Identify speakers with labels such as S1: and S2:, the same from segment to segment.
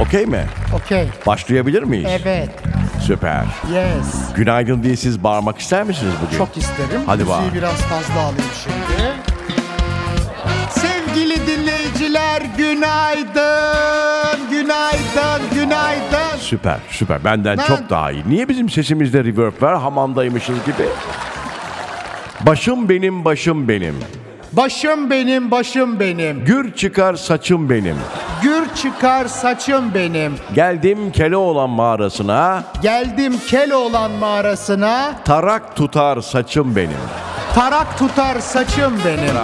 S1: Okey mi?
S2: Okay.
S1: Başlayabilir miyiz?
S2: Evet.
S1: Süper.
S2: Yes.
S1: Günaydın diye siz bağırmak ister misiniz bugün?
S2: Çok isterim.
S1: Hadi
S2: Müziği
S1: bağır.
S2: biraz fazla alayım şimdi. Sevgili dinleyiciler günaydın. Günaydın. Günaydın.
S1: Süper, süper. Benden
S2: Ben-
S1: çok daha iyi. Niye bizim sesimizde reverb var? Hamamdaymışız gibi. Başım benim, başım benim.
S2: Başım benim, başım benim.
S1: Gür çıkar saçım benim.
S2: Gür çıkar saçım benim.
S1: Geldim Keloğlan mağarasına,
S2: Geldim Keloğlan mağarasına.
S1: tarak tutar saçım benim.
S2: Tarak tutar saçım benim.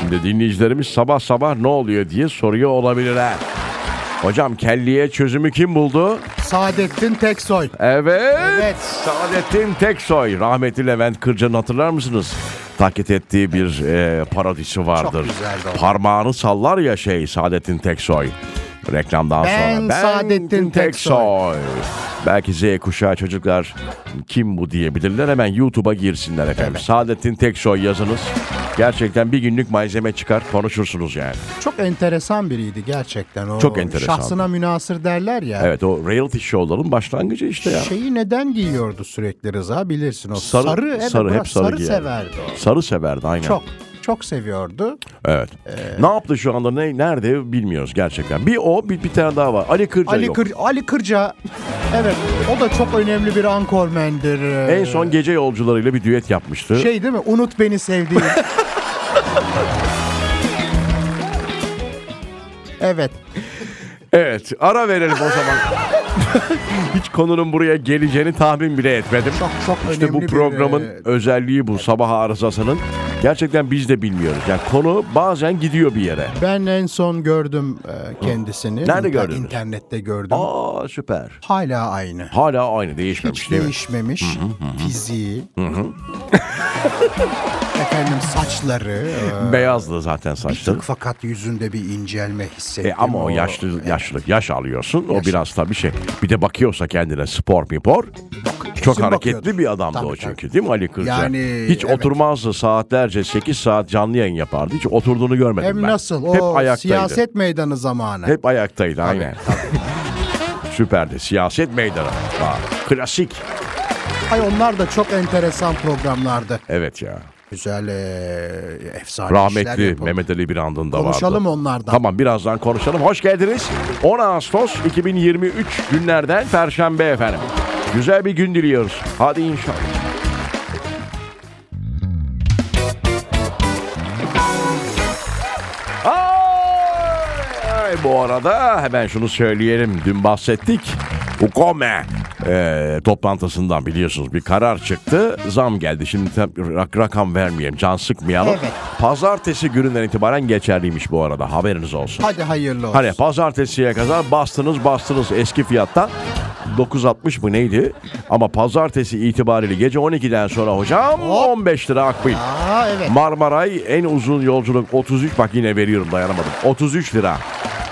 S1: Şimdi dinleyicilerimiz sabah sabah ne oluyor diye soruyor olabilirler. Hocam kelliye çözümü kim buldu?
S2: Saadettin Teksoy.
S1: Evet.
S2: Evet.
S1: Saadettin Teksoy. Rahmetli Levent Kırca'nın hatırlar mısınız? Taklit ettiği bir e, parodisi vardır.
S2: güzeldi o.
S1: Parmağını sallar ya şey Saadettin Teksoy. Reklamdan
S2: Ben
S1: sonra.
S2: Saadettin Teksoy.
S1: Belki Z kuşağı çocuklar kim bu diyebilirler. Hemen YouTube'a girsinler efendim. Saadettin Teksoy yazınız. Gerçekten bir günlük malzeme çıkar konuşursunuz yani.
S2: Çok enteresan biriydi gerçekten. O
S1: Çok enteresan.
S2: Şahsına münasır derler ya.
S1: Evet o reality show'ların başlangıcı işte ya.
S2: Şeyi neden giyiyordu sürekli Rıza bilirsin o sarı evet,
S1: sarı,
S2: bırak-
S1: hep sarı, giyer.
S2: severdi o.
S1: Sarı severdi aynen.
S2: Çok çok seviyordu.
S1: Evet.
S2: Ee,
S1: ne yaptı şu anda ne nerede bilmiyoruz gerçekten. Bir o bir, bir tane daha var. Ali Kırca
S2: Ali
S1: yok.
S2: Kır Ali Kırca evet o da çok önemli bir ankormendir.
S1: en son gece yolcularıyla bir düet yapmıştı.
S2: şey değil mi? Unut beni sevdiğim. evet.
S1: Evet ara verelim o zaman. Hiç konunun buraya geleceğini tahmin bile etmedim.
S2: Çok çok
S1: İşte
S2: önemli
S1: bu
S2: bir,
S1: programın
S2: e,
S1: özelliği bu sabah arızasının. Gerçekten biz de bilmiyoruz. Yani konu bazen gidiyor bir yere.
S2: ben en son gördüm e, kendisini.
S1: Nerede
S2: İnter-
S1: gördün?
S2: İnternette gördüm.
S1: Aa süper.
S2: Hala aynı.
S1: Hala aynı değişmemiş
S2: Hiç
S1: değil mi?
S2: değişmemiş fiziği. Efendim saçları. e,
S1: Beyazdı zaten saçları.
S2: Tık fakat yüzünde bir incelme hissettim.
S1: E ama o yaşlı yaşlılık yaş alıyorsun. O biraz tabii şey. Bir de bakıyorsa kendine spor mipor. Çok
S2: kesin
S1: hareketli
S2: bakıyordur.
S1: bir adamdı
S2: Tabii,
S1: o çünkü
S2: tabii.
S1: değil mi Ali Kırca?
S2: Yani,
S1: Hiç
S2: evet.
S1: oturmazdı saatlerce 8 saat canlı yayın yapardı. Hiç oturduğunu görmedim
S2: Hem
S1: ben.
S2: nasıl?
S1: Hep
S2: O
S1: ayaktaydı.
S2: siyaset meydanı zamanı.
S1: Hep ayaktaydı aynen. Süperdi. Siyaset meydanı. Aa, klasik.
S2: Ay onlar da çok enteresan programlardı.
S1: Evet ya.
S2: Güzel e, efsane işler
S1: Rahmetli
S2: yapıldı.
S1: Mehmet Ali Birand'ın da vardı.
S2: Konuşalım onlardan.
S1: Tamam birazdan konuşalım. Hoş geldiniz. 10 Ağustos 2023 günlerden Perşembe efendim. Güzel bir gün diliyoruz. Hadi inşallah. Ay, ay, bu arada hemen şunu söyleyelim. Dün bahsettik. Hukome eee, toplantısından biliyorsunuz bir karar çıktı. Zam geldi. Şimdi tam rak- rakam vermeyeyim. Can sıkmayalım.
S2: Evet.
S1: Pazartesi gününden itibaren geçerliymiş bu arada. Haberiniz olsun.
S2: Hadi hayırlı olsun.
S1: Hani pazartesiye kadar bastınız bastınız eski fiyattan 9.60 mı neydi? Ama pazartesi itibariyle gece 12'den sonra hocam 15 lira akbil.
S2: Aa evet.
S1: Marmaray en uzun yolculuk 33 bak yine veriyorum dayanamadım. 33 lira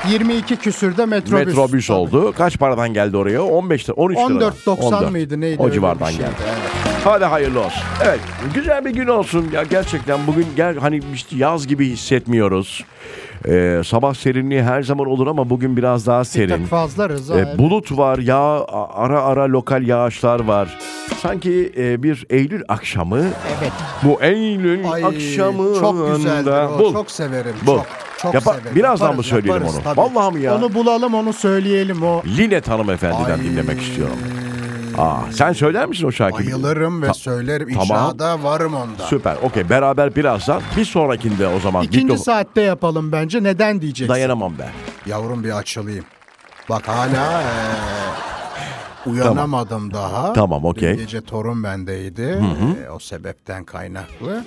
S2: 22 küsürde metrobüs.
S1: metrobüs
S2: Tabii.
S1: oldu. Kaç paradan geldi oraya? 15 lira 13 lira.
S2: 14.90 mıydı neydi?
S1: O
S2: öyle bir şey?
S1: civardan
S2: şeydi,
S1: geldi.
S2: evet.
S1: Hadi hayırlı olsun. Evet güzel bir gün olsun. Ya gerçekten bugün gel hani işte yaz gibi hissetmiyoruz. Ee, sabah serinliği her zaman olur ama bugün biraz daha serin.
S2: Çok fazla Rıza.
S1: Ee, bulut var, yağ ara ara lokal yağışlar var. Sanki e, bir Eylül akşamı.
S2: evet.
S1: Bu Eylül
S2: Ay,
S1: akşamı
S2: çok güzeldir o.
S1: Bul.
S2: Çok severim.
S1: Bul.
S2: Çok, çok
S1: Yapa-
S2: severim.
S1: birazdan mı
S2: Yaparız,
S1: söyleyelim
S2: yaparız
S1: onu?
S2: tabii.
S1: Vallahi mi ya?
S2: Onu bulalım onu söyleyelim o.
S1: Linet hanımefendiden
S2: Ay.
S1: dinlemek istiyorum. Aa, sen söyler misin o şarkıyı?
S2: Bayılırım ve
S1: Ta-
S2: söylerim.
S1: tamam.
S2: İnşaada varım onda.
S1: Süper. Okey beraber birazdan bir sonrakinde o zaman.
S2: İkinci
S1: Mikrofon-
S2: saatte yapalım bence. Neden diyeceksin?
S1: Dayanamam ben.
S2: Yavrum bir açılayım. Bak hala eee, uyanamadım daha.
S1: Tamam, okey.
S2: Dün gece torun bendeydi. Eee, o sebepten kaynaklı.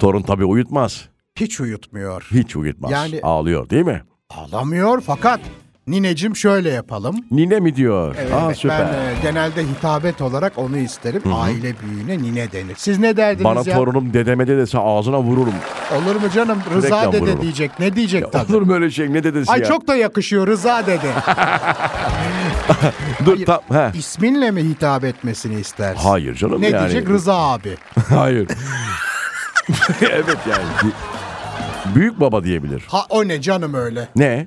S1: Torun tabii uyutmaz.
S2: Hiç uyutmuyor.
S1: Hiç uyutmaz.
S2: Yani-
S1: Ağlıyor değil mi?
S2: Ağlamıyor fakat ninecim şöyle yapalım.
S1: Nine mi diyor? Aa süper.
S2: Ben eee, genelde hitabet olarak onu isterim. Aile büyüğüne nine denir. Siz ne derdiniz
S1: Bana
S2: ya?
S1: torunum dedeme de dese ağzına vururum.
S2: Olur mu canım?
S1: Reklam
S2: Rıza dede
S1: vururum.
S2: diyecek. Ne diyecek tabii.
S1: Olur mu öyle şey ne dedesi
S2: Ay
S1: ya?
S2: çok da yakışıyor Rıza dede.
S1: Dur tam he.
S2: İsminle mi hitap etmesini istersin?
S1: Hayır canım
S2: Ne
S1: yani.
S2: diyecek Rıza abi?
S1: Hayır. evet yani. Büyük baba diyebilir.
S2: Ha o ne canım öyle.
S1: Ne?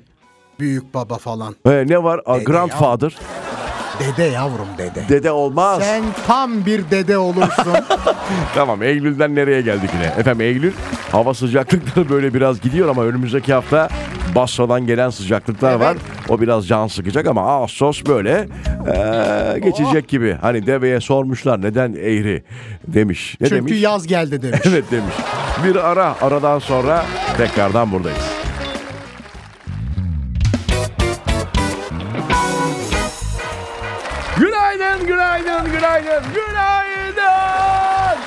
S2: Büyük baba falan.
S1: Ee, ne var? Aa,
S2: Dede
S1: Grandfather.
S2: Dede yavrum dede.
S1: Dede olmaz.
S2: Sen tam bir dede olursun.
S1: Tamam Eylül'den nereye geldik yine? Efendim Eylül hava sıcaklıkları böyle biraz gidiyor ama önümüzdeki hafta Basra'dan gelen sıcaklıklar var. O biraz can sıkacak ama Ağustos böyle eee,
S2: Oh.
S1: geçecek gibi. Hani deveye sormuşlar neden eğri demiş. Ne
S2: Çünkü
S1: demiş?
S2: yaz geldi demiş.
S1: Evet demiş. Bir ara aradan sonra tekrardan buradayız. Günaydın, günaydın, günaydın, günaydın.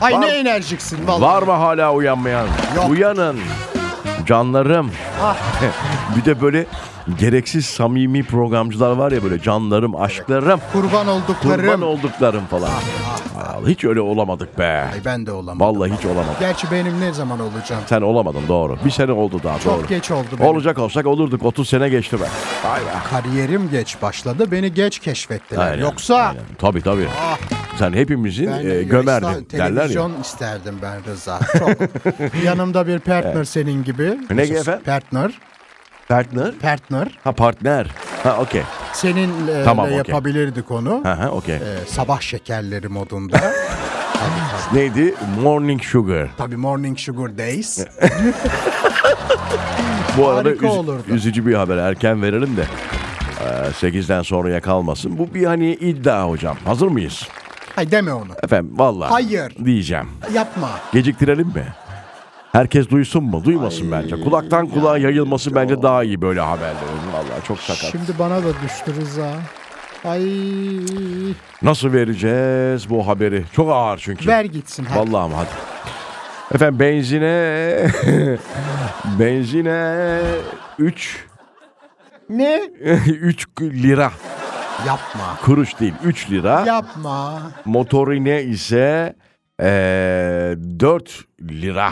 S2: Ay ne
S1: Var-
S2: enerjiksin vallahi.
S1: Var mı hala uyanmayan?
S2: Yok.
S1: Uyanın. Canlarım.
S2: Ah.
S1: bir de böyle gereksiz samimi programcılar var ya böyle canlarım, aşklarım,
S2: Kurban Ah,
S1: kurban
S2: olduklarım.
S1: olduklarım falan. Al, Hiç öyle olamadık be.
S2: Ay ben de olamam.
S1: Vallahi hiç olamadım.
S2: Gerçi benim ne zaman olacağım?
S1: Sen olamadın doğru. Bir sene oldu daha
S2: Çok
S1: doğru.
S2: geç oldu benim.
S1: Olacak olsak olurduk. 30 sene geçti be. Vay be.
S2: Kariyerim geç başladı. Beni geç keşfettiler.
S1: Aynen,
S2: Yoksa Ah.
S1: aynen. Tabii tabii. Sen hepimizin
S2: ben
S1: e,
S2: Yunanistan
S1: gömerdin derler ya.
S2: televizyon isterdim ben Rıza. Çok. Yanımda bir partner senin gibi.
S1: Ne efendim?
S2: Partner.
S1: Partner.
S2: Partner.
S1: Ha partner. Ha okey.
S2: Seninle
S1: Tamam,
S2: de
S1: okey.
S2: yapabilirdik onu.
S1: Ha ha okey.
S2: Ee, sabah şekerleri modunda. tabii, tabii.
S1: Neydi? Morning Sugar.
S2: Tabii Morning Sugar Days.
S1: Bu arada
S2: Harika
S1: üz-
S2: olurdu.
S1: üzücü bir haber erken verelim de. Ee, 8'den sonraya kalmasın. Bu bir hani iddia hocam. Hazır mıyız?
S2: Ay deme onu.
S1: Efendim vallahi
S2: Hayır.
S1: diyeceğim.
S2: Yapma.
S1: Geciktirelim mi? Herkes duysun mu? Duymasın bence. Kulaktan kulağa yayılması bence daha iyi böyle haberlerin. Vallahi çok sakat.
S2: Şimdi bana da düştü Rıza. Ay.
S1: Nasıl vereceğiz bu haberi? Çok ağır çünkü.
S2: Ver gitsin. hadi.
S1: Vallahi ama hadi. Efendim benzine benzine 3
S2: Ne?
S1: 3 lira
S2: Yapma.
S1: kuruş değil 3 lira.
S2: Yapma.
S1: Motorine ise eee 4 lira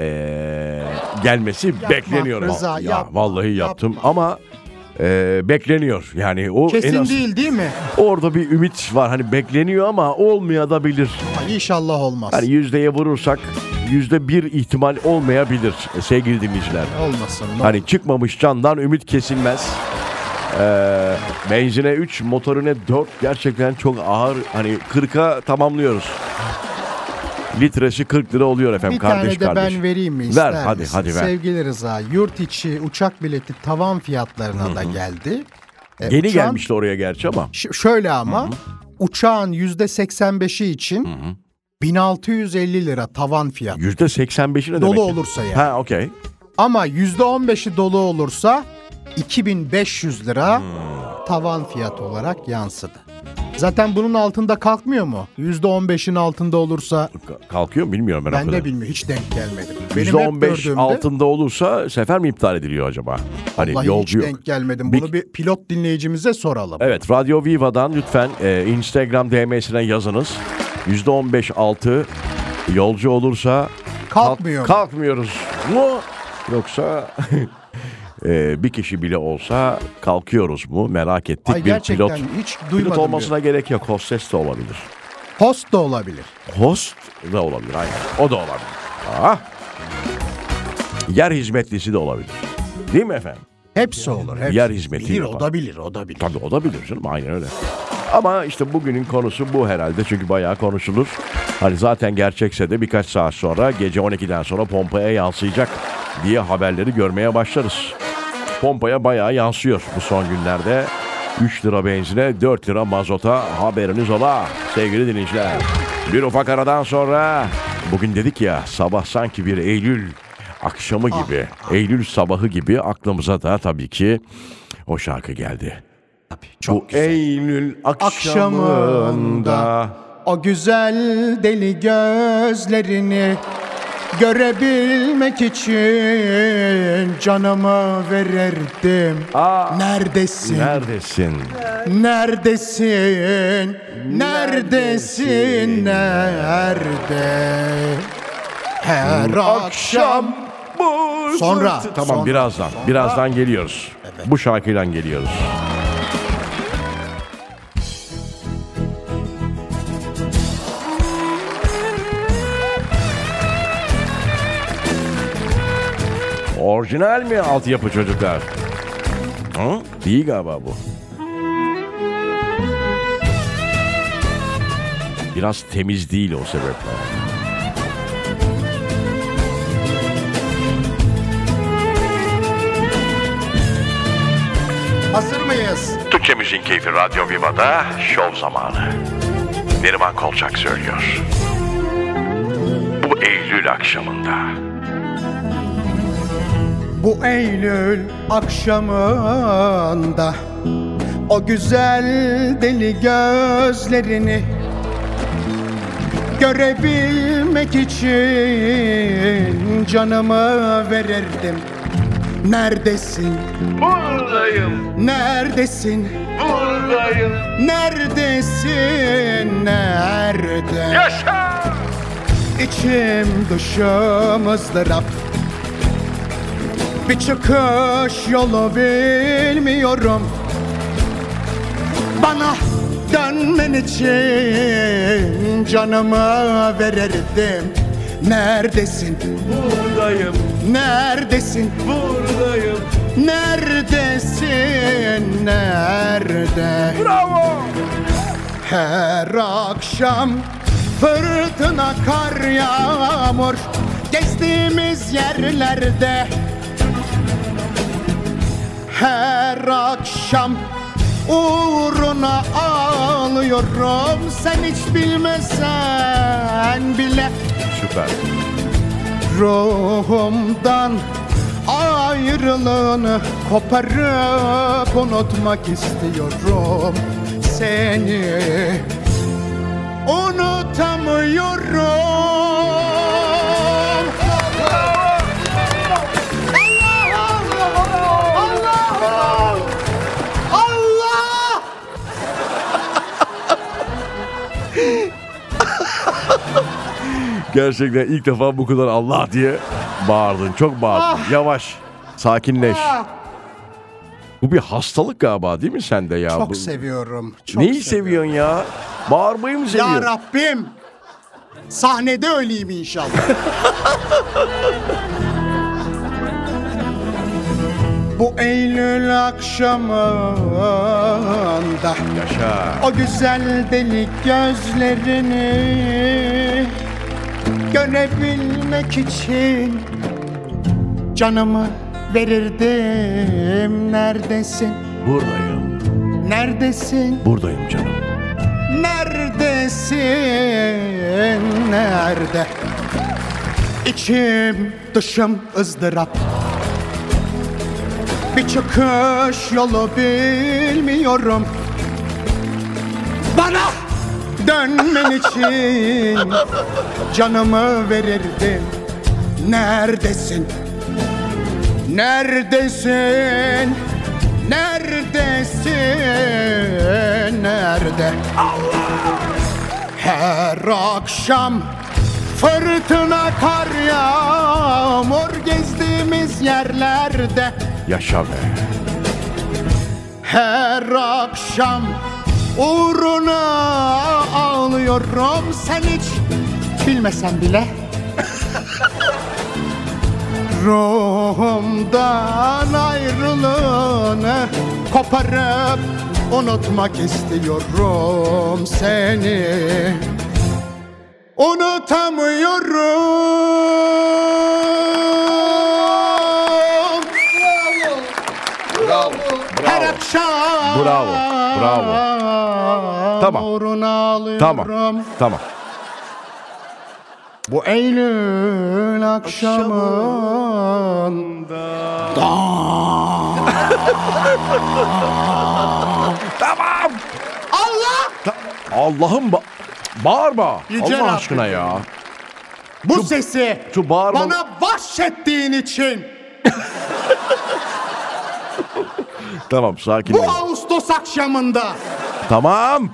S1: eee, gelmesi bekleniyor.
S2: Rıza,
S1: ya,
S2: yapma,
S1: vallahi yaptım
S2: yapma.
S1: ama eee, bekleniyor. Yani o en
S2: Kesin
S1: az
S2: değil değil mi?
S1: orada bir ümit var. Hani bekleniyor ama olmaya da bilir.
S2: Ay inşallah olmaz.
S1: Hani yüzdeye vurursak yüzde bir ihtimal olmayabilir e, sevgili dinleyiciler.
S2: Olmasın. ne
S1: Hani çıkmamış candan ümit kesilmez. Ee, benzine 3, motorine 4 gerçekten çok ağır. Hani 40'a tamamlıyoruz. Litresi 40 lira oluyor efendim
S2: Bir
S1: kardeş
S2: tane de
S1: kardeş.
S2: ben vereyim mi?
S1: Ver,
S2: ister
S1: hadi,
S2: misin?
S1: hadi ver.
S2: Sevgili Rıza, yurt içi uçak bileti tavan fiyatlarına da geldi. E,
S1: Yeni
S2: uçağın-
S1: gelmişti oraya gerçi ama.
S2: Ş- şöyle ama uçağın yüzde 85'i için 1650 lira tavan fiyat.
S1: Yüzde 85'i ne demek?
S2: Dolu
S1: ki?
S2: olursa yani.
S1: Ha okey.
S2: Ama yüzde 15'i dolu olursa 2500 lira tavan fiyat olarak yansıdı. Zaten bunun altında kalkmıyor mu? Yüzde 15'in altında olursa
S1: Ka- Kalkıyor mu bilmiyorum ben, o
S2: ben
S1: kadar.
S2: de bilmiyorum. Hiç denk gelmedim. Benim hep
S1: Yüzde 15
S2: gördüğümde-
S1: altında olursa sefer mi iptal ediliyor acaba? Hani
S2: Vallahi
S1: yolcu
S2: hiç
S1: yok.
S2: denk gelmedim.
S1: Bir-
S2: Bunu bir pilot dinleyicimize soralım.
S1: Evet Radyo Viva'dan lütfen e, Instagram DM'sine yazınız. %15 altı yolcu olursa
S2: Kalkmıyor. mu?
S1: kalkmıyoruz mu? Yoksa e, bir kişi bile olsa kalkıyoruz mu? Merak ettik
S2: Ay
S1: bir
S2: gerçekten
S1: pilot.
S2: hiç duymadım.
S1: Pilot
S2: diyor.
S1: olmasına gerek yok. Hostes de olabilir.
S2: Host da olabilir.
S1: Host da olabilir. Aynen. O da olabilir. Ah. Yer hizmetlisi de olabilir. Değil mi efendim?
S2: Hepsi olur. Hepsi.
S1: Yer hizmeti
S2: Bilir,
S1: yapar.
S2: o da bilir, o da bilir.
S1: Tabii o da bilir canım aynen öyle. Ama işte bugünün konusu bu herhalde çünkü bayağı konuşulur. Hani zaten gerçekse de birkaç saat sonra gece 12'den sonra pompaya yansıyacak diye haberleri görmeye başlarız. Pompaya bayağı yansıyor bu son günlerde. 3 lira benzine 4 lira mazota haberiniz ola sevgili dinleyiciler. Bir ufak aradan sonra bugün dedik ya sabah sanki bir Eylül akşamı gibi Eylül sabahı gibi aklımıza da tabii ki o şarkı geldi.
S2: Çok
S1: Bu e-
S2: güzel.
S1: Eylül akşamında
S2: Akşamında. O güzel deli gözlerini görebilmek için canımı verirdim.
S1: Aa,
S2: Neredesin?
S1: neredesin?
S2: Neredesin? Neredesin? Nerede? Her akşam.
S1: bu
S2: Sonra,
S1: Tamam
S2: sonra,
S1: birazdan. Birazdan geliyoruz. Bu şarkıyla geliyoruz. Orijinal mi altyapı çocuklar? Hı? Değil galiba bu. Biraz temiz değil o sebeple.
S2: Hazır mıyız?
S1: Türkçe Müziğin Keyfi Radyo Viva'da şov zamanı. Neriman Kolçak söylüyor. Bu Eylül akşamında.
S2: Bu Eylül akşamında O güzel deli gözlerini Görebilmek için canımı verirdim Neredesin?
S3: Buradayım,
S2: Neredesin?
S3: buradayım.
S2: Neredesin? Nerede?
S3: Yaşa!
S2: İçim dışım ızdırap Bir çıkış yolu bilmiyorum Bana dönmen için canımı verirdim Neredesin?
S3: Buradayım,
S2: Neredesin?
S3: buradayım.
S2: Neredesin? Nerede?
S3: Bravo!
S2: Her akşam fırtına kar yağmur Gezdiğimiz yerlerde Her akşam uğruna ağlıyorum Sen hiç bilmesen bile
S1: Süper.
S2: Ruhumdan ayrılığını koparıp unutmak istiyorum seni Unutamıyorum Allah Allah Allah Allah Allah
S1: Gerçekten ilk defa bu kadar Allah diye bağırdın. Çok bağırdın. Yavaş. Sakinleş.
S2: Ah!
S1: Bu bir hastalık galiba değil mi sende ya? Bu-
S2: Çok seviyorum çok
S1: Neyi
S2: seviyorum.
S1: seviyorsun ya? Bağırmayı mı seviyorsun?
S2: Ya Rabbim sahnede öleyim inşallah. Bu Eylül akşamında
S1: Yaşa.
S2: o güzel deli gözlerini görebilmek için canımı verirdim. Neredesin?
S1: Buradayım.
S2: Neredesin?
S1: Buradayım canım.
S2: Neredesin? Nerede? İçim dışım ızdırap Bir çıkış yolu bilmiyorum Bana dönmen için Canımı verirdim Neredesin? Neredesin? Neredesin? Nerede? Her akşam fırtına kar yağmur gezdiğimiz yerlerde
S1: Yaşa be.
S2: her akşam uğruna ağlıyorum sen hiç bilmesen bile Ruhumdan ayrılığını koparıp unutmak istiyorum seni Unutamıyorum her akşam
S1: Bravo, bravo. Tamam.
S2: Uğruna alıyorum.
S1: Tamam. Tamam.
S2: Bu Eylül akşamın
S1: Tamam.
S2: Allah
S1: Ta- Allah'ım ba- bağırma.
S2: Yüce
S1: Allah
S2: Rabbim.
S1: aşkına ya.
S2: bu sesi
S1: Şu bağırma.
S2: bana vahşettiğin için
S1: Tamam sakin
S2: bu
S1: ol.
S2: Ağustos akşamında
S1: Tamam.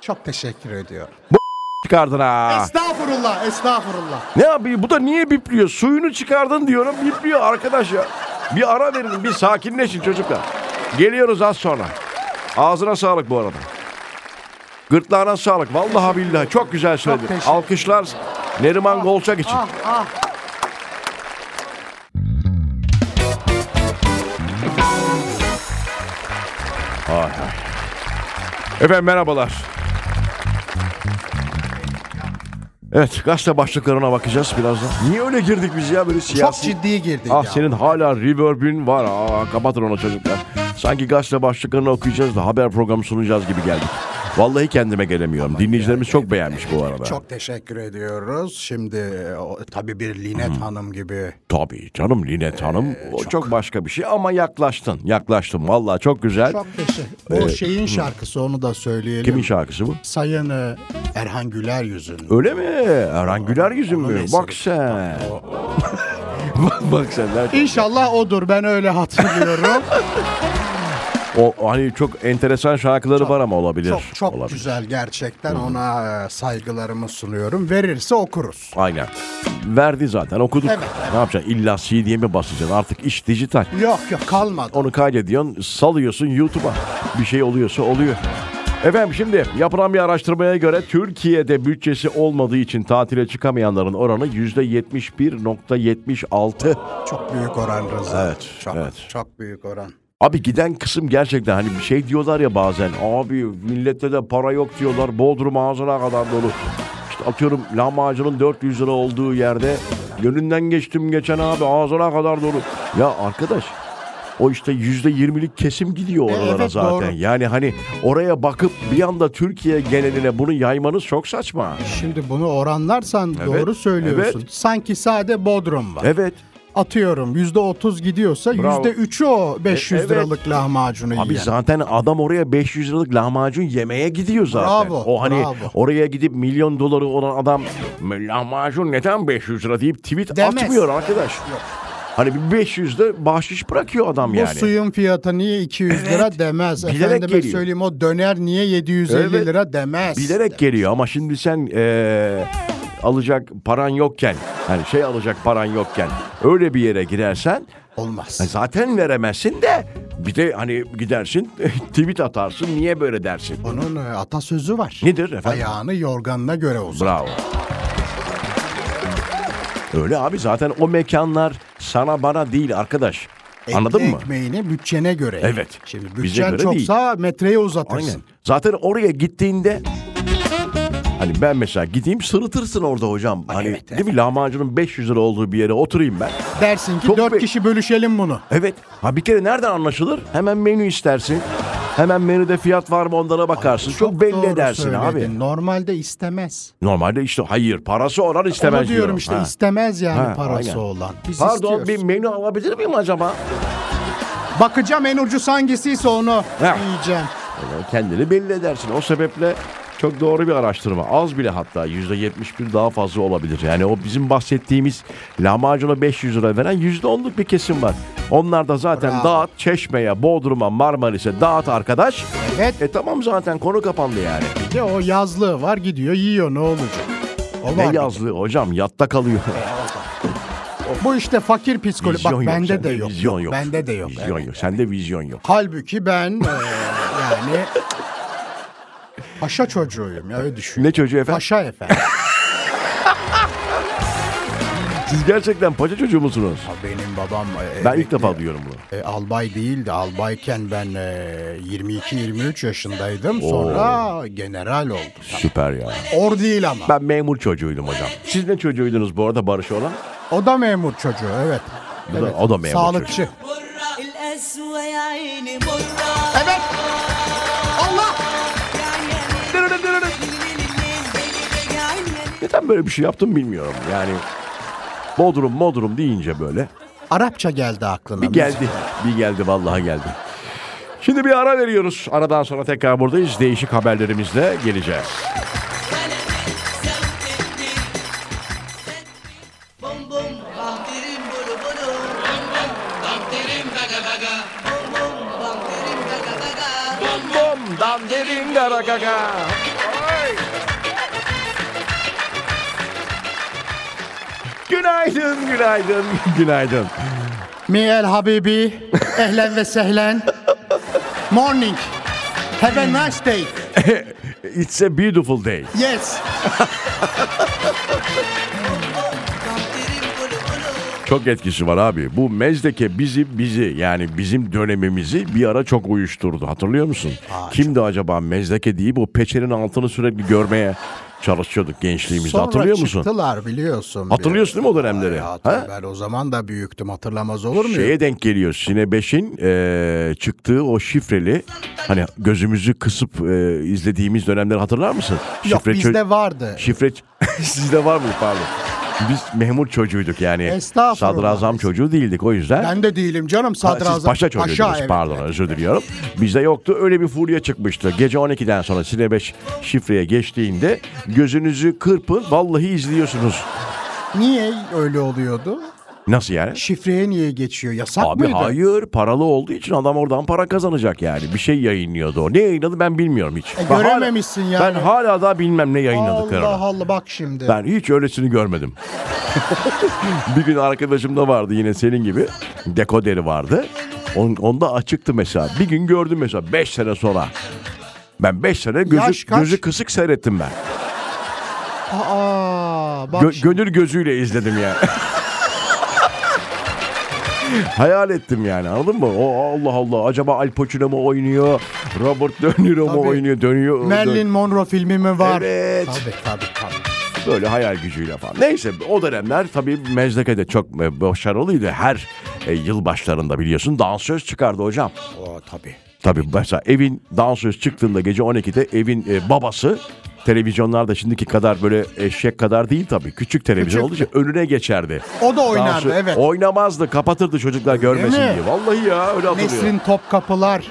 S2: çok teşekkür ediyorum.
S1: Çıkardın ha.
S2: Ah. Estağfurullah, estağfurullah.
S1: Ne yapayım? Bu da niye bipliyor? Suyunu çıkardın diyorum. Bipliyor arkadaş ya. Bir ara verin. Bir sakinleşin çocuklar. Geliyoruz az sonra. Ağzına sağlık bu arada. Gırtlağına sağlık. Vallahi billahi çok güzel söyledin.
S2: teşekkür
S1: Alkışlar Neriman Golçak için.
S2: Ah ah.
S1: Ay, ay. Efendim merhabalar. Evet gazete başlıklarına bakacağız birazdan. Niye öyle girdik biz ya böyle
S2: Çok
S1: siyasi?
S2: ciddi girdik
S1: Ah
S2: ya.
S1: senin hala reverb'ün var. Aa, kapatın onu çocuklar. Sanki gazete başlıklarını okuyacağız da haber programı sunacağız gibi geldik. Vallahi kendime gelemiyorum. Dinleyicilerimiz çok beğenmiş bu arada.
S2: Çok teşekkür ediyoruz. Şimdi e, o, tabii bir
S1: Hmm.
S2: Linet Hanım gibi.
S1: Tabii canım Linet Hanım. o Ee, çok... başka bir şey ama yaklaştın. Yaklaştın. Vallahi çok güzel.
S2: Çok teşekkür. Bu şeyin şarkısı onu da söyleyelim.
S1: Hmm. Kimin şarkısı bu?
S2: Sayın e, Erhan Güler yüzün.
S1: Öyle mi? Erhan Güler yüzü mü?
S2: eseri.
S1: Bak sen. Bak- Bak sen. nereden-
S2: İnşallah odur. Ben öyle hatırlıyorum.
S1: O hani çok enteresan şarkıları var ama olabilir.
S2: çok çok
S1: Olabilir.
S2: güzel gerçekten. Ona e, saygılarımı sunuyorum. Verirse okuruz.
S1: Aynen. Verdi zaten okuduk.
S2: Evet, evet.
S1: Ne yapacaksın? İlla CD'ye mi basacaksın? Artık iş dijital.
S2: Yok yok kalmadı.
S1: Onu kaydediyorsun, salıyorsun YouTube'a. Bir şey oluyorsa oluyor. Efendim şimdi yapılan bir araştırmaya göre Türkiye'de bütçesi olmadığı için tatile çıkamayanların oranı %71.76.
S2: Çok büyük oran Rıza.
S1: Evet,
S2: Çok,
S1: evet.
S2: çok büyük oran.
S1: Abi giden kısım gerçekten hani bir şey diyorlar ya bazen. Abi millette de para yok diyorlar. Bodrum ağzına kadar dolu. İşte atıyorum lahmacunun 400 lira olduğu yerde yönünden geçtim geçen abi ağzına kadar dolu. Ya arkadaş o işte yüzde yirmilik kesim gidiyor
S2: E,
S1: oralara
S2: evet,
S1: zaten.
S2: doğru.
S1: Yani hani oraya bakıp bir anda Türkiye geneline bunu yaymanız çok saçma.
S2: Şimdi bunu oranlarsan doğru söylüyorsun.
S1: evet.
S2: Sanki sade Bodrum var.
S1: Evet.
S2: Atıyorum yüzde otuz gidiyorsa
S1: Bravo.
S2: yüzde üçü o 500
S1: E, evet.
S2: liralık lahmacunu
S1: Abi
S2: yiyen.
S1: zaten adam oraya 500 liralık lahmacun yemeye gidiyor zaten.
S2: Bravo,
S1: o hani
S2: bravo.
S1: oraya gidip milyon doları olan adam lahmacun neden 500 lira deyip tweet
S2: Demez.
S1: atmıyor arkadaş. Hani bir 500 de bahşiş bırakıyor adam
S2: Bu
S1: yani.
S2: suyun fiyatı niye 200 lira demez.
S1: bilerek
S2: Efendime
S1: geliyor.
S2: söyleyeyim o döner niye 750
S1: Evet.
S2: lira demez.
S1: Bilerek geliyor ama şimdi sen eee, alacak paran yokken hani şey alacak paran yokken öyle bir yere girersen
S2: Olmaz.
S1: hani zaten veremezsin de bir de hani gidersin tweet atarsın niye böyle dersin.
S2: Onun e, atasözü var.
S1: Nedir efendim?
S2: Ayağını yorganına göre uzat.
S1: Bravo. Öyle abi zaten o mekanlar sana bana değil arkadaş.
S2: Etli
S1: Anladın mı?
S2: Ekmeğini bütçene göre.
S1: Evet.
S2: Şimdi
S1: Bize
S2: bütçen
S1: göre
S2: çoksa metreye uzatırsın.
S1: Aynen. Zaten oraya gittiğinde hani ben mesela gideyim sırıtırsın orada hocam. Hani
S2: evet,
S1: değil mi lahmacunun 500 lira olduğu bir yere oturayım ben.
S2: Dersin ki
S1: Çok
S2: dört
S1: be-
S2: kişi bölüşelim bunu.
S1: Evet. Ha bir kere nereden anlaşılır? Hemen menü istersin. Hemen menüde fiyat var mı onlara bakarsın. çok, belli
S2: Doğru
S1: edersin abi.
S2: söyledin. Normalde istemez.
S1: Normalde işte hayır parası olan istemez
S2: Ona diyorum işte
S1: Ha.
S2: istemez yani
S1: Ha,
S2: parası
S1: aynen.
S2: olan. Biz
S1: Pardon
S2: istiyoruz.
S1: bir menü alabilir miyim acaba?
S2: Bakacağım en ucuz hangisiyse onu
S1: Ha.
S2: yiyeceğim.
S1: Yani kendini belli edersin. O sebeple çok doğru bir araştırma. Az bile hatta yüzde %71 daha fazla olabilir. Yani o bizim bahsettiğimiz lahmacuna 500 lira veren yüzde %10'luk bir kesim var. Onlar da zaten
S2: Bravo.
S1: dağıt Çeşme'ye, Bodrum'a, Marmaris'e dağıt arkadaş.
S2: Evet.
S1: E tamam zaten konu kapandı yani.
S2: Bir de o yazlığı var gidiyor yiyor ne olacak? O var
S1: Ne
S2: bir de.
S1: yazlığı hocam yatta kalıyor.
S2: Bu işte fakir psikoloji. Bak
S1: Vizyon yok,
S2: bende
S1: sende
S2: de yok.
S1: Vizyon
S2: Yok,
S1: yok.
S2: Bende de yok.
S1: Vizyon
S2: Evet.
S1: yok. Sende vizyon yok.
S2: Halbuki ben eee, yani paşa çocuğuyum ya öyle düşün.
S1: Ne çocuğu efendim?
S2: Paşa efendim.
S1: Siz gerçekten paşa çocuğu musunuz?
S2: Ya Benim babam eee,
S1: Ben ilk
S2: emekli-
S1: defa duyuyorum bunu.
S2: eee, albay değildi. Albayken ben e, eee, 22-23 yaşındaydım. Sonra general oldu.
S1: Süper ya.
S2: Or değil ama.
S1: Ben memur çocuğuydum hocam. Siz ne çocuğuydunuz bu arada Barış olan?
S2: O da memur çocuğu evet.
S1: Bu da- o da memur
S2: Sağlıkçı.
S1: çocuğu.
S4: مرة القسوة يا عيني مرة
S2: Evet. Allah.
S4: يا عيني
S1: Neden böyle bir şey yaptım bilmiyorum. Yani Bodrum Modrum deyince böyle
S2: Arapça geldi aklına.
S1: bir geldi. Bir geldi vallahi geldi. Şimdi bir ara veriyoruz. Aradan sonra tekrar buradayız. Değişik haberlerimizle geleceğiz.
S4: بوم بوم بامترين بولو بولو بوم بوم بامترين بقى بقى بوم بوم بامترين بقى بقى
S1: Günaydın, günaydın, günaydın.
S2: Miel Habibi, ehlen ve sehlen. Morning. Have a
S1: Hmm.
S2: nice day.
S1: It's a beautiful day.
S2: Yes.
S4: بامترين بولو بولو
S1: Çok etkisi var abi. Bu mezdeke bizi bizi yani bizim dönemimizi bir ara çok uyuşturdu. Hatırlıyor musun? Kimdi acaba mezdeke deyip o peçenin altını sürekli görmeye çalışıyorduk gençliğimizde.
S2: Sonra
S1: Hatırlıyor musun?
S2: çıktılar biliyorsun. bir-
S1: Hatırlıyorsun değil mi o dönemleri?
S2: Ya,
S1: Ha? Şey,
S2: tabii ben o zaman da büyüktüm hatırlamaz olur muyum?
S1: Şeye denk geliyor. Sine 5'in eee, çıktığı o şifreli hani gözümüzü kısıp eee, izlediğimiz dönemleri hatırlar mısın?
S2: Yok
S1: Şifre çö-
S2: bizde vardı.
S1: Şifre ç- sizde var mı pardon? Biz memur çocuğuyduk yani.
S2: Estağfurullah.
S1: Sadrazam çocuğu değildik o yüzden.
S2: Ben de değilim canım
S1: Ha,
S2: sadrazam.
S1: Siz paşa çocuğuydunuz
S2: evet.
S1: pardon özür diliyorum. Bizde yoktu öyle bir furya çıkmıştı. Gece 12'den sonra Sine 5 şifreye geçtiğinde gözünüzü kırpın vallahi izliyorsunuz.
S2: Niye öyle oluyordu?
S1: Nasıl yani?
S2: Şifreye niye geçiyor? Yasak
S1: Abi
S2: mıydı?
S1: hayır paralı olduğu için adam oradan para kazanacak yani. Bir şey yayınlıyordu o. Ne yayınladı ben bilmiyorum hiç.
S2: E,
S1: Ben hala-
S2: görememişsin yani.
S1: Ben hala daha bilmem ne yayınladıklarını.
S2: Allah Allah bak şimdi.
S1: Ben hiç öylesini görmedim. bir gün arkadaşım da vardı yine senin gibi. Dekoderi vardı. On- Onda açıktı mesela. Bir gün gördüm mesela 5 sene sonra. Ben 5 sene
S2: Yaş
S1: gözü,
S2: kaç?
S1: gözü kısık seyrettim ben.
S2: Aa bak
S1: Gö-
S2: şimdi.
S1: gönül gözüyle izledim yani. Hayal ettim yani anladın mı? O Allah Allah acaba Al Pacino mu oynuyor? Robert De Niro mu
S2: Tabii.
S1: oynuyor? Dönüyor.
S2: Marilyn
S1: dön-
S2: Monroe filmi mi var?
S1: Evet.
S2: Tabii tabii tabii.
S1: Böyle hayal gücüyle falan. Neyse o dönemler tabii Mezdeke de çok e, başarılıydı. Her e, yıl başlarında biliyorsun dansöz çıkardı hocam.
S2: Oo, tabii.
S1: Tabii mesela evin dansöz çıktığında gece 12'de evin e, babası televizyonlarda şimdiki kadar böyle eşek kadar değil tabii. Küçük televizyon olduğu için önüne geçerdi.
S2: O da oynardı
S1: Dansöz-
S2: evet.
S1: Oynamazdı kapatırdı çocuklar görmesin
S2: mi?
S1: diye. Vallahi ya öyle hatırlıyorum.
S2: Nesrin Topkapılar.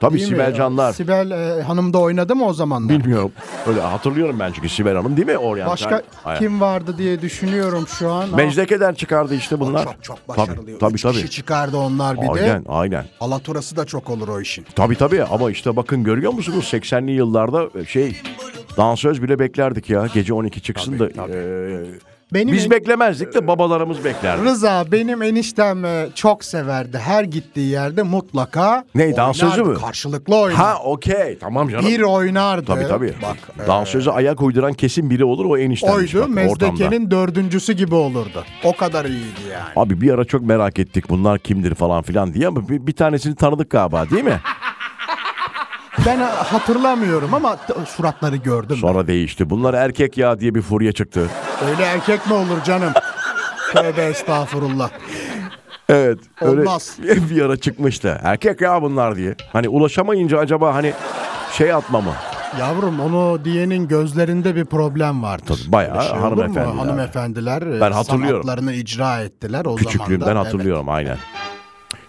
S1: Tabii
S2: değil mi?
S1: Sibel Canlar.
S2: Sibel e, Hanım da oynadı mı o zamanlar?
S1: Bilmiyorum. Öyle hatırlıyorum ben çünkü Sibel Hanım değil mi? Oryantal.
S2: Başka
S1: Ay-
S2: kim vardı diye düşünüyorum şu an.
S1: Mezdeke'den çıkardı işte bunlar.
S2: Çok çok başarılı.
S1: Tabii
S2: Üç
S1: tabii.
S2: kişi
S1: tabii.
S2: çıkardı onlar bir de.
S1: Aynen aynen.
S2: Alaturası da çok olur o işin.
S1: Tabii tabii ama işte bakın görüyor musunuz 80'li yıllarda şey dansöz bile beklerdik ya. Gece 12 çıksın da. eee,
S2: Benim
S1: biz
S2: en-
S1: beklemezdik
S2: Ee,
S1: de babalarımız beklerdi.
S2: Rıza benim eniştem e, çok severdi. Her gittiği yerde mutlaka
S1: Ne, dansözü
S2: oynardı,
S1: mü?
S2: Karşılıklı oynardı.
S1: Ha okey tamam canım.
S2: bir oynardı.
S1: Tabii tabii.
S2: Bak e,
S1: Dansöze ayak uyduran kesin biri olur o eniştenmiş.
S2: oydu
S1: bak, ortamda.
S2: mezdekenin dördüncüsü gibi olurdu. O kadar iyiydi yani.
S1: Abi bir ara çok merak ettik bunlar kimdir falan filan diye ama bir, bir tanesini tanıdık galiba değil mi?
S2: Ben e, hatırlamıyorum ama t- suratları gördüm.
S1: Sonra değişti. Bunlar erkek ya diye bir furya çıktı.
S2: Öyle erkek mi olur canım? Tövbe estağfurullah.
S1: Evet.
S2: Olmaz.
S1: Öyle bir ara çıkmıştı. Erkek ya bunlar diye. Hani ulaşamayınca acaba hani şey atma mı?
S2: Yavrum onu diyenin gözlerinde bir problem vardır.
S1: Tabii, bayağı
S2: Öyle şey olur mu?
S1: hanımefendiler.
S2: Hanımefendiler e,
S1: Ben hatırlıyorum.
S2: sanatlarını icra ettiler o
S1: Küçüklüğümden
S2: zamanda.
S1: hatırlıyorum aynen.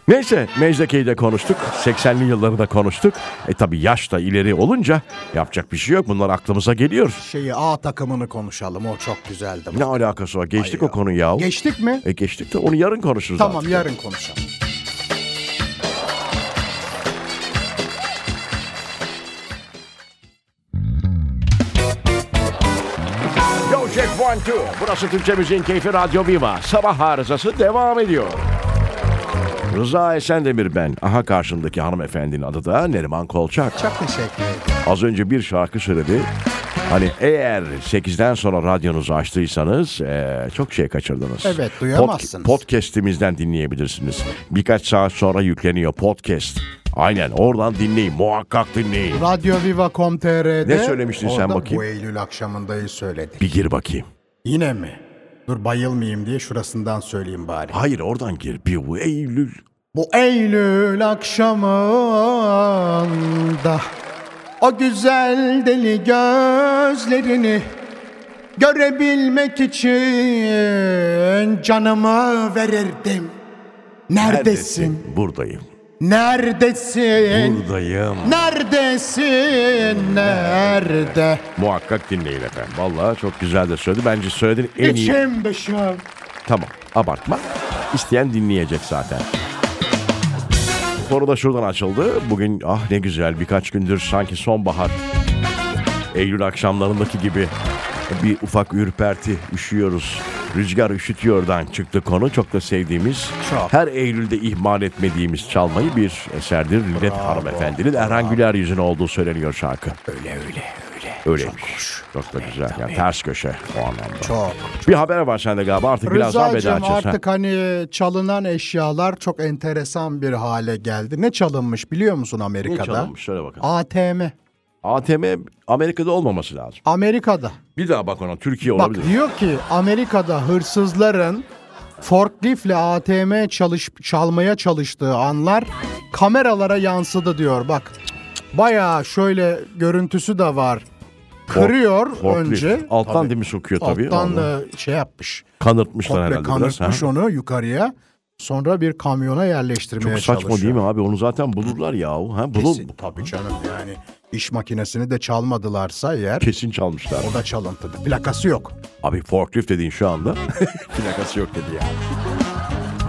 S1: Neyse Mezdeke'yi de konuştuk. 80'li yılları da konuştuk. E tabi yaş da ileri olunca yapacak bir şey yok. Bunlar aklımıza geliyor.
S2: Evet, şeyi A takımını konuşalım o çok güzeldi.
S1: Ne alakası var? Geçtik o konuyu ya.
S2: Geçtik mi?
S1: e geçtik de onu yarın konuşuruz
S2: tamam
S1: artık.
S2: yarın konuşalım.
S1: Yo Jack One Two. Burası Türkçe Müziğin Keyfi Radyo Viva. Sabah arızası devam ediyor. Rıza Esendemir ben. Aha karşımdaki hanımefendinin adı da Neriman Kolçak.
S2: Çok teşekkür ederim.
S1: Az önce bir şarkı söyledi. Hani eğer 8'den sonra radyonuzu açtıysanız eee, çok şey kaçırdınız.
S2: Evet, duyamazsınız.
S1: podcast'imizden dinleyebilirsiniz. Birkaç saat sonra yükleniyor podcast. Aynen oradan dinleyin muhakkak dinleyin.
S2: Radyoviva.com.tr'de
S1: Ne söylemiştin sen
S2: orada
S1: bakayım?
S2: Bu Eylül akşamındayı söyledik.
S1: Bir gir bakayım.
S2: Yine mi? Dur bayılmayayım diye şurasından söyleyeyim bari.
S1: Hayır oradan gir. Bir bu Eylül.
S2: Bu Eylül akşamında O güzel deli gözlerini Görebilmek için canımı verirdim Neredesin?
S1: Buradayım.
S2: Neredesin?
S1: Buradayım.
S2: Neredesin? Nerede?
S1: Muhakkak dinleyin efendim. Vallahi çok güzel de söyledi. Bence söylediğin en iyi.
S2: İçim dışım
S1: Tamam abartma. İsteyen dinleyecek zaten. Konu da şuradan açıldı. Bugün ah ne güzel birkaç gündür sanki sonbahar. Eylül akşamlarındaki gibi bir ufak ürperti üşüyoruz. Rüzgar üşütüyordan çıktı konu. Çok da sevdiğimiz,
S2: Çok.
S1: her Eylül'de ihmal etmediğimiz çalmayı bir eserdir. Lidet Hanımefendi'nin Erhan Güler yüzüne olduğu söyleniyor şarkı.
S2: Öyle öyle öyle
S1: Öyleymiş. Çok da güzel. Yani ters köşe o anlamda.
S2: Çok.
S1: Bir haber var sende galiba artık biraz daha veda
S2: Rıza'cığım
S1: edeceğiz. ha.
S2: artık hani çalınan eşyalar çok enteresan bir hale geldi. Ne çalınmış biliyor musun
S1: Ne
S2: Amerika'da?
S1: çalınmış söyle bakalım.
S2: ATM.
S1: ATM Amerika'da olmaması lazım.
S2: Amerika'da.
S1: Bir daha bak ona Türkiye
S2: Bak
S1: olabilir.
S2: diyor ki Amerika'da hırsızların forkliftle ATM çalış, çalmaya çalıştığı anlar kameralara yansıdı diyor bak. Bayağı şöyle görüntüsü de var. Kırıyor
S1: Forklift.
S2: önce.
S1: Alttan
S2: Tabii.
S1: demi sokuyor tabii.
S2: Alttan
S1: Vallahi.
S2: da şey yapmış.
S1: Kanırtmışlar
S2: Komple
S1: herhalde biraz.
S2: kanırtmış
S1: ha.
S2: onu yukarıya. Sonra bir kamyona
S1: Çok
S2: yerleştirmeye
S1: saçma
S2: çalışıyor.
S1: değil mi abi? Onu zaten bulurlar yahu. Ha, bulun.
S2: Kesin, tabii canım yani iş makinesini de çalmadılarsa eğer
S1: Kesin çalmışlar.
S2: o da çalıntıdır. Plakası yok.
S1: Abi forklift dediğin şu anda plakası yok dedi ya.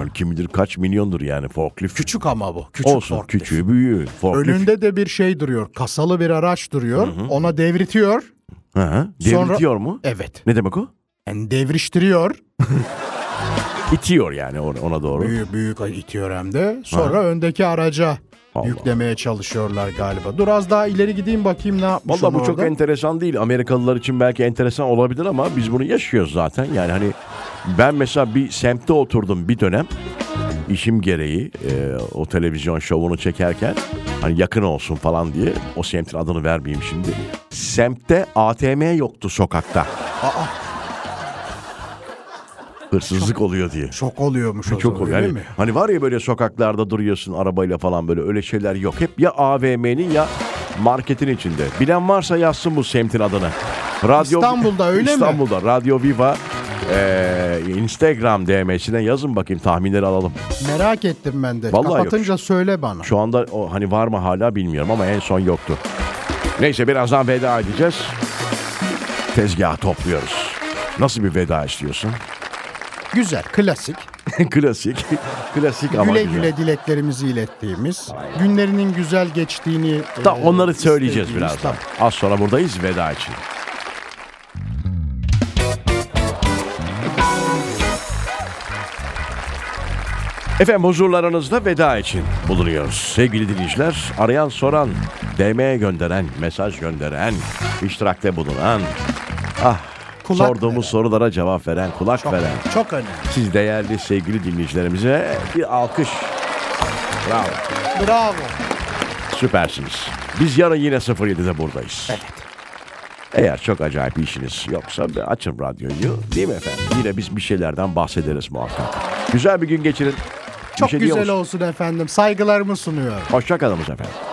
S1: Yani kim bilir kaç milyondur yani forklift.
S2: Küçük ama bu. Küçük
S1: Olsun
S2: forklift.
S1: küçüğü büyüğü. Forklift.
S2: Önünde de bir şey duruyor. Kasalı bir araç duruyor. Ona devritiyor.
S1: Hı hı.
S2: Sonra- E-
S1: Devritiyor mu?
S2: Evet.
S1: Ne demek o?
S2: Yani devriştiriyor.
S1: İtiyor yani ona ona doğru.
S2: Büyük büyük itiyor hem de. Sonra öndeki araca
S1: Allah.
S2: yüklemeye çalışıyorlar galiba. Dur az daha ileri gideyim bakayım ne yapmış
S1: Valla bu
S2: onu
S1: çok
S2: orada.
S1: enteresan değil. Amerikalılar için belki enteresan olabilir ama biz bunu yaşıyoruz zaten. Yani hani ben mesela bir semtte oturdum bir dönem. İşim gereği e, o televizyon şovunu çekerken hani yakın olsun falan diye o semtin adını vermeyeyim şimdi. Semtte ATM yoktu sokakta. Hırsızlık oluyor diye.
S2: Çok oluyormuş o
S1: Çok
S2: zaman,
S1: oluyor.
S2: öyle
S1: Yani,
S2: mi?
S1: hani var ya böyle sokaklarda duruyorsun arabayla falan böyle öyle şeyler yok. Hep ya AVM'nin ya marketin içinde. Bilen varsa yazsın bu semtin adını. Radyo,
S2: İstanbul'da öyle mi?
S1: İstanbul'da Radyo Viva eee, Instagram DM'sine yazın bakayım tahminleri alalım.
S2: Merak ettim ben de.
S1: Vallahi
S2: Kapatınca söyle bana.
S1: Şu anda o, hani var mı hala bilmiyorum ama en son yoktu. Neyse birazdan veda edeceğiz. Tezgahı topluyoruz. Nasıl bir veda istiyorsun?
S2: Güzel, klasik.
S1: klasik. klasik ama
S2: güle
S1: güzel.
S2: güle dileklerimizi ilettiğimiz, günlerinin güzel geçtiğini...
S1: Da
S2: e,
S1: onları söyleyeceğiz
S2: istediğimiz-
S1: birazdan.
S2: Tamam.
S1: Az sonra buradayız veda için. Efendim huzurlarınızda veda için bulunuyoruz. Sevgili dinleyiciler, arayan soran, DM'ye gönderen, mesaj gönderen, iştirakte bulunan, ah
S2: Kulak
S1: sorduğumuz sorulara cevap veren, kulak veren,
S2: Çok önemli.
S1: siz değerli sevgili dinleyicilerimize bir alkış. Bravo.
S2: Bravo.
S1: Süpersiniz. Biz yarın yine 07'de buradayız. Evet. Eğer çok acayip bir işiniz yoksa bir açın radyoyu değil mi efendim? Yine biz bir şeylerden bahsederiz muhakkak. Güzel bir gün geçirin. Bir
S2: Çok
S1: şey diyor
S2: güzel
S1: musun?
S2: olsun efendim. Saygılarımı sunuyorum.
S1: Hoşça kalınız efendim.